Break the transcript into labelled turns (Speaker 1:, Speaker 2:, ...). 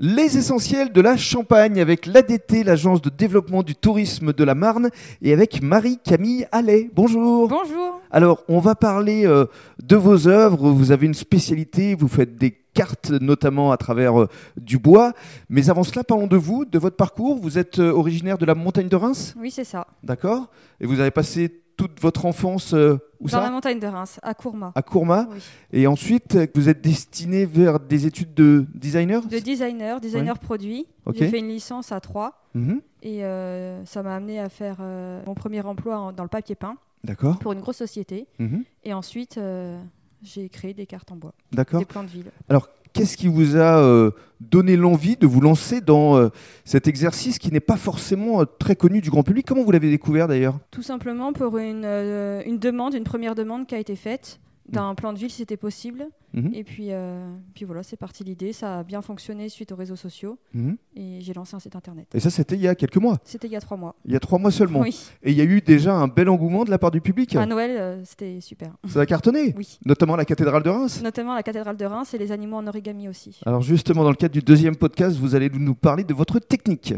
Speaker 1: Les essentiels de la Champagne avec l'ADT, l'agence de développement du tourisme de la Marne, et avec Marie-Camille Allais. Bonjour.
Speaker 2: Bonjour.
Speaker 1: Alors, on va parler euh, de vos œuvres. Vous avez une spécialité, vous faites des cartes, notamment à travers euh, du bois. Mais avant cela, parlons de vous, de votre parcours. Vous êtes euh, originaire de la montagne de Reims,
Speaker 2: Oui, c'est ça.
Speaker 1: d'accord Et vous avez passé toute votre enfance euh, où
Speaker 2: Dans la
Speaker 1: ça
Speaker 2: montagne de Reims, à Courma.
Speaker 1: À Courma.
Speaker 2: Oui.
Speaker 1: Et ensuite, euh, vous êtes destiné vers des études de designer
Speaker 2: De designer, designer produit.
Speaker 1: Ah, Ok.
Speaker 2: J'ai fait une licence à Troyes
Speaker 1: Mhm,
Speaker 2: et euh, ça m'a amené à faire euh, mon premier emploi en- dans le papier peint
Speaker 1: D'accord.
Speaker 2: pour une grosse société.
Speaker 1: Mhm,
Speaker 2: Et ensuite, euh, j'ai créé des cartes en bois,
Speaker 1: D'accord.
Speaker 2: des plans de ville.
Speaker 1: Qu'est-ce qui vous a euh, donné l'envie de vous lancer dans euh, cet exercice qui n'est pas forcément euh, très connu du grand public Comment vous l'avez découvert d'ailleurs
Speaker 2: Tout simplement pour une, euh, une demande, une première demande qui a été faite d'un
Speaker 1: Hmm.
Speaker 2: plan de ville si c'était possible.
Speaker 1: Mhm.
Speaker 2: Et puis, euh, puis voilà, c'est parti l'idée. Ça a bien fonctionné suite aux réseaux sociaux
Speaker 1: Mhm.
Speaker 2: et j'ai lancé un site internet.
Speaker 1: Et ça, c'était il y a quelques mois,
Speaker 2: C'était il y a trois mois.
Speaker 1: il y a trois mois seulement.
Speaker 2: Oui.
Speaker 1: Et il y a eu déjà un bel engouement de la part du public.
Speaker 2: À Noël, euh, c'était super.
Speaker 1: Ça a cartonné,
Speaker 2: Oui.
Speaker 1: notamment la cathédrale de Reims.
Speaker 2: Notamment la cathédrale de Reims et les animaux en origami aussi.
Speaker 1: Alors justement, dans le cadre du deuxième podcast, vous allez nous parler de votre technique.